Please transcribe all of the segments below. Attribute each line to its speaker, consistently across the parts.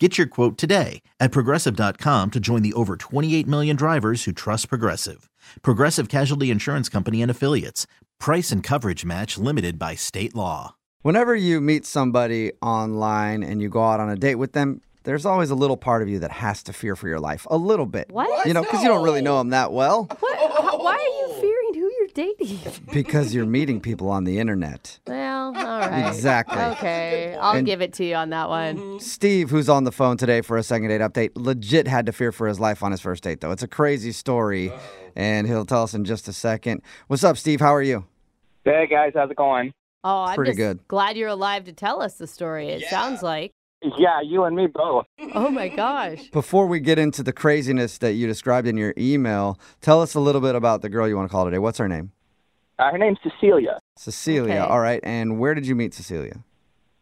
Speaker 1: Get your quote today at progressive.com to join the over 28 million drivers who trust Progressive. Progressive Casualty Insurance Company and Affiliates. Price and coverage match limited by state law.
Speaker 2: Whenever you meet somebody online and you go out on a date with them, there's always a little part of you that has to fear for your life, a little bit.
Speaker 3: What?
Speaker 2: You know, because you don't really know them that well,
Speaker 3: What?
Speaker 2: Oh,
Speaker 3: Why are you fearing who you're dating?
Speaker 2: because you're meeting people on the internet.
Speaker 3: well, all right.
Speaker 2: Exactly.
Speaker 3: Oh. Okay, I'll
Speaker 2: And- Mm-hmm.
Speaker 3: give it to you on that one.
Speaker 2: Steve, who's on the phone today for a second date update, legit had to fear for his life on his first date, though. It's a crazy story, and he'll tell us in just a second. What's up, Steve? How are you?
Speaker 4: Hey guys, how's it going?
Speaker 3: Oh, I'm
Speaker 2: Pretty
Speaker 3: just
Speaker 2: good.
Speaker 3: glad you're alive to tell us the story. It sounds like.
Speaker 4: Yeah, you and me both.
Speaker 3: Oh my gosh.
Speaker 2: Before we get into the craziness that you described in your email, tell us a little bit about the girl you want to call today. What's her name?
Speaker 4: Uh, her name's Cecilia.
Speaker 2: Cecilia.
Speaker 3: Okay.
Speaker 2: All right. And where did you meet Cecilia?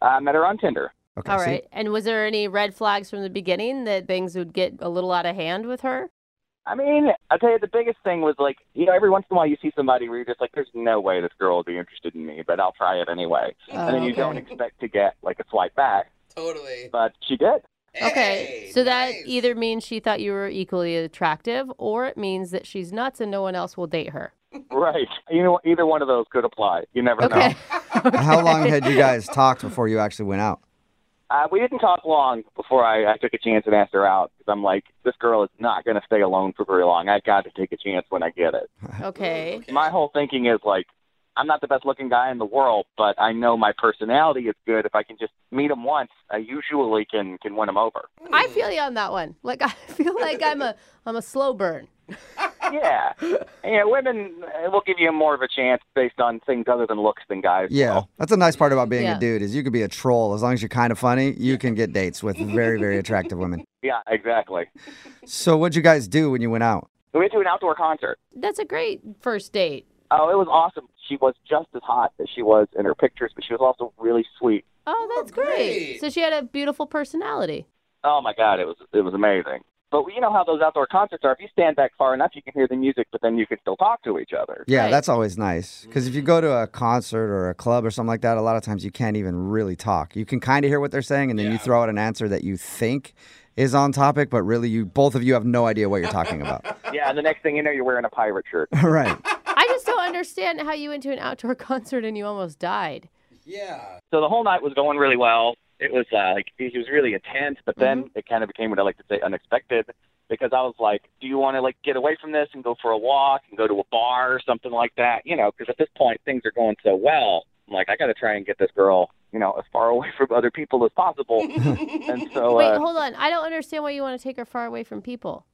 Speaker 4: Uh, I met her on Tinder.
Speaker 2: Okay.
Speaker 3: All
Speaker 2: see?
Speaker 3: right. And was there any red flags from the beginning that things would get a little out of hand with her?
Speaker 4: I mean, I'll tell you the biggest thing was like, you know, every once in a while you see somebody where you're just like, there's no way this girl will be interested in me, but I'll try it anyway. and then you
Speaker 3: Oh, okay.
Speaker 4: don't expect to get like a swipe back,
Speaker 5: Totally.
Speaker 4: but she did.
Speaker 3: Okay.
Speaker 5: Hey,
Speaker 3: so that
Speaker 5: nice.
Speaker 3: either means she thought you were equally attractive, or it means that she's nuts and no one else will date her.
Speaker 4: right. You know, either one of those could apply. You never know.
Speaker 3: Okay.
Speaker 2: How long had you guys talked before you actually went out?
Speaker 4: Uh, we didn't talk long before I, I took a chance and asked her out because I'm like, this girl is not going to stay alone for very long. I've got to take a chance when I get it.
Speaker 3: okay.
Speaker 4: my whole thinking is like I'm not the best looking guy in the world, but I know my personality is good. If I can just meet him once, I usually can can win him over.
Speaker 3: I feel you on that one. Like I feel like I'm a I'm a slow burn.
Speaker 4: yeah, yeah. Women uh, will give you more of a chance based on things other than looks than guys.
Speaker 2: Yeah, that's a nice part about being
Speaker 3: Yeah.
Speaker 2: a dude is you could be a troll as long as you're kind of funny. You can get dates with very very attractive women.
Speaker 4: yeah, exactly.
Speaker 2: So what'd you guys do when you went out?
Speaker 4: We went to an outdoor concert.
Speaker 3: That's a great first date.
Speaker 4: Oh, it was awesome. She was just as hot as she was in her pictures, but she was also really sweet.
Speaker 3: Oh, that's great.
Speaker 5: great.
Speaker 3: So she had a beautiful personality.
Speaker 4: Oh my god, it was it was amazing. But you know how those outdoor concerts are. If you stand back far enough, you can hear the music, but then you can still talk to each other.
Speaker 2: Yeah,
Speaker 3: Right.
Speaker 2: that's always nice because if you go to a concert or a club or something like that, a lot of times you can't even really talk. You can kind of hear what they're saying, and then you throw out an answer that you think is on topic, but really you both of you have no idea what you're talking about.
Speaker 4: Yeah, and the next thing you know, you're wearing a pirate shirt.
Speaker 2: right.
Speaker 3: I just don't understand how you went to an outdoor concert and you almost died.
Speaker 5: Yeah.
Speaker 4: So the whole night was going really well. It was uh, like he was really intense, but then
Speaker 3: Mm-hmm.
Speaker 4: it kind of became what I like to say unexpected because I was like, "Do you want to like get away from this and go for a walk and go to a bar or something like that?" You know, because at this point things are going so well. I'm like, I got to try and get this girl, you know, as far away from other people as possible. and so,
Speaker 3: Wait,
Speaker 4: uh,
Speaker 3: hold on. I don't understand why you want to take her far away from people.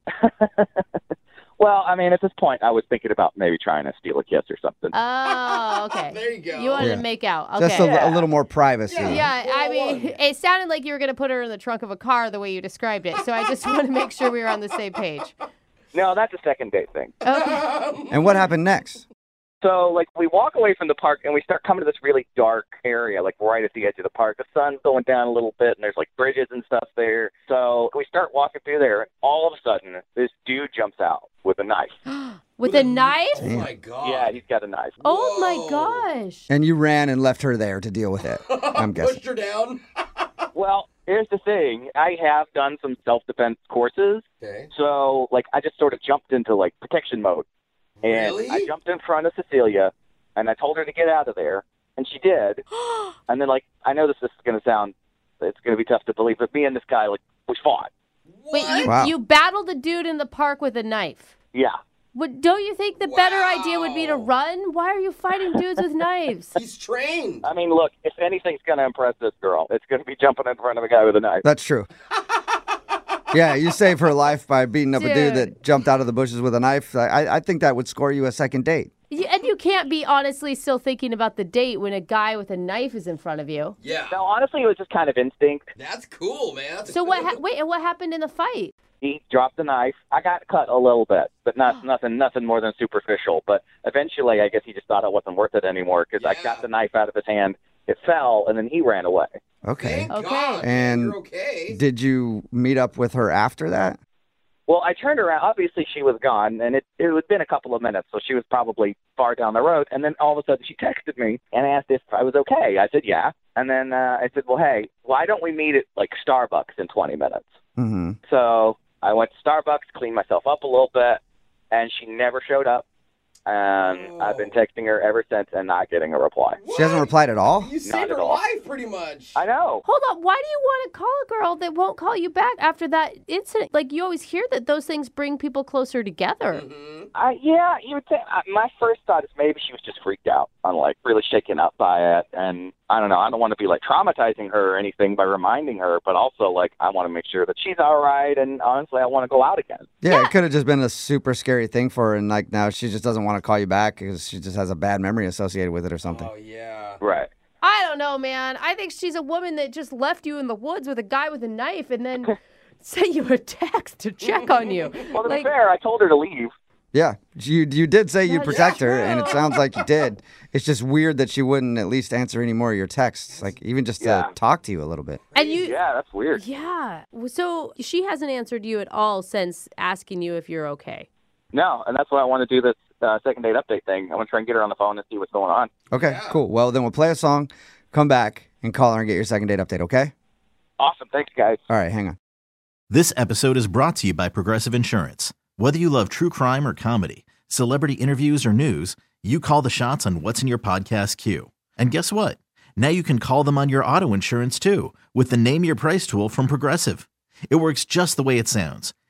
Speaker 4: well, I mean, at this point, I was thinking about maybe trying to steal a kiss or something.
Speaker 3: Oh, okay.
Speaker 5: There you go.
Speaker 3: You wanted
Speaker 2: Yeah.
Speaker 3: to make out. Okay.
Speaker 2: Just a, a little more privacy.
Speaker 3: yeah, I mean,
Speaker 5: 401.
Speaker 3: it sounded like you were going to put her in the trunk of a car the way you described it. So I just want to make sure we were on the same page.
Speaker 4: no, that's a second date thing.
Speaker 3: Okay.
Speaker 2: And what happened next?
Speaker 4: So, like, we walk away from the park and we start coming to this really dark area, like right at the edge of the park. The sun's going down a little bit and there's like bridges and stuff there. So, we start walking through there, and all of a sudden, this dude jumps out with a knife.
Speaker 3: With a knife?
Speaker 5: Oh my god.
Speaker 4: Yeah, he's got a knife.
Speaker 3: Oh
Speaker 5: Whoa.
Speaker 3: my gosh.
Speaker 2: And you ran and left her there to deal with it. I'm guessing.
Speaker 5: Pushed her down.
Speaker 4: Well, here's the thing I have done some self defense courses.
Speaker 5: Okay.
Speaker 4: So, like, I just sort of jumped into like protection mode. And
Speaker 5: Really?
Speaker 4: I jumped in front of Cecilia and I told her to get out of there. And she did. and then, like, I know this is going to sound, it's going to be tough to believe, but me and this guy, like, we fought.
Speaker 3: Wait, you,
Speaker 2: Wow.
Speaker 3: you battled a dude in the park with a knife.
Speaker 4: Yeah.
Speaker 3: Would, don't you think the better idea would be to
Speaker 5: Wow.
Speaker 3: run? Why are you fighting dudes with knives?
Speaker 5: He's trained.
Speaker 4: I mean, look, if anything's going to impress this girl, it's going to be jumping in front of a guy with a knife.
Speaker 2: That's true. yeah, you saved her life by beating up a dude
Speaker 3: Dude.
Speaker 2: that jumped out of the bushes with a knife. I, I- I think that would score you a second date.
Speaker 3: You- and you can't be honestly still thinking about the date when a guy with a knife is in front of you.
Speaker 5: Yeah.
Speaker 4: No, honestly, it was just kind of instinct.
Speaker 5: That's cool, man. That's
Speaker 3: So what? Ha- wait, and what happened in the fight?
Speaker 4: He dropped the knife. I got cut a little bit, but not nothing, nothing more than superficial. But eventually, I guess he just thought it wasn't worth it anymore because I
Speaker 5: Yeah.
Speaker 4: got the knife out of his hand. It fell, and then he ran away.
Speaker 2: Okay.
Speaker 5: Thank
Speaker 3: Okay.
Speaker 5: God.
Speaker 2: And
Speaker 5: you're okay.
Speaker 2: Did you meet up with her after that?
Speaker 4: Well, I turned around. Obviously, she was gone, and it it had been a couple of minutes, so she was probably far down the road. And then all of a sudden, she texted me and asked if I was okay. I said, "Yeah." And then uh, I said, "Well, hey, why don't we meet at like Starbucks in 20 minutes?"
Speaker 2: Mm-hmm.
Speaker 4: So I went to Starbucks, cleaned myself up a little bit, and she never showed up. And
Speaker 5: Oh.
Speaker 4: I've been texting her ever since and not getting a reply.
Speaker 2: She hasn't
Speaker 5: What?
Speaker 2: replied at all.
Speaker 5: You saved
Speaker 4: at
Speaker 5: her
Speaker 4: all.
Speaker 5: life pretty much.
Speaker 4: I know.
Speaker 3: Hold on. Why do you want to call a girl that won't call you back after that incident? Like you always hear that those things bring people closer together.
Speaker 4: Mm.
Speaker 5: hmm
Speaker 4: I, yeah, you would think. I, my first thought is maybe she was just freaked out. I'm like really shaken up by it, and I don't know. I don't want to be like traumatizing her or anything by reminding her, but also like I want to make sure that she's all right. And honestly, I want to go out again.
Speaker 2: Yeah, it could have just been a super scary thing for her, and like now she just doesn't want to call you back because she just has a bad memory associated with it or something.
Speaker 5: Oh yeah.
Speaker 4: Right.
Speaker 3: I don't know, man. I think she's a woman that just left you in the woods with a guy with a knife and then sent you a text to check on you.
Speaker 4: Well, to
Speaker 3: Like-
Speaker 4: be fair, I told her to leave.
Speaker 2: Yeah, you you did say you'd
Speaker 3: That's
Speaker 2: protect her, and it
Speaker 3: true.
Speaker 2: sounds like you did. It's just weird that she wouldn't at least answer any more of your texts, like even just
Speaker 4: Yeah.
Speaker 2: to talk to you a little bit.
Speaker 3: And you,
Speaker 4: Yeah, that's weird.
Speaker 3: yeah. So she hasn't answered you at all since asking you if you're okay.
Speaker 4: No, and that's why I want to do this uh, second date update thing. I want to try and get her on the phone and see what's going on.
Speaker 2: Okay, cool. Well, then we'll play a song, come back, and call her and get your second date update. Okay.
Speaker 4: Awesome. Thanks, guys.
Speaker 2: All right, hang on.
Speaker 1: This episode is brought to you by Progressive Insurance. Whether you love true crime or comedy, celebrity interviews or news, you call the shots on what's in your podcast queue. And guess what? Now you can call them on your auto insurance too with the Name Your Price tool from Progressive. It works just the way it sounds.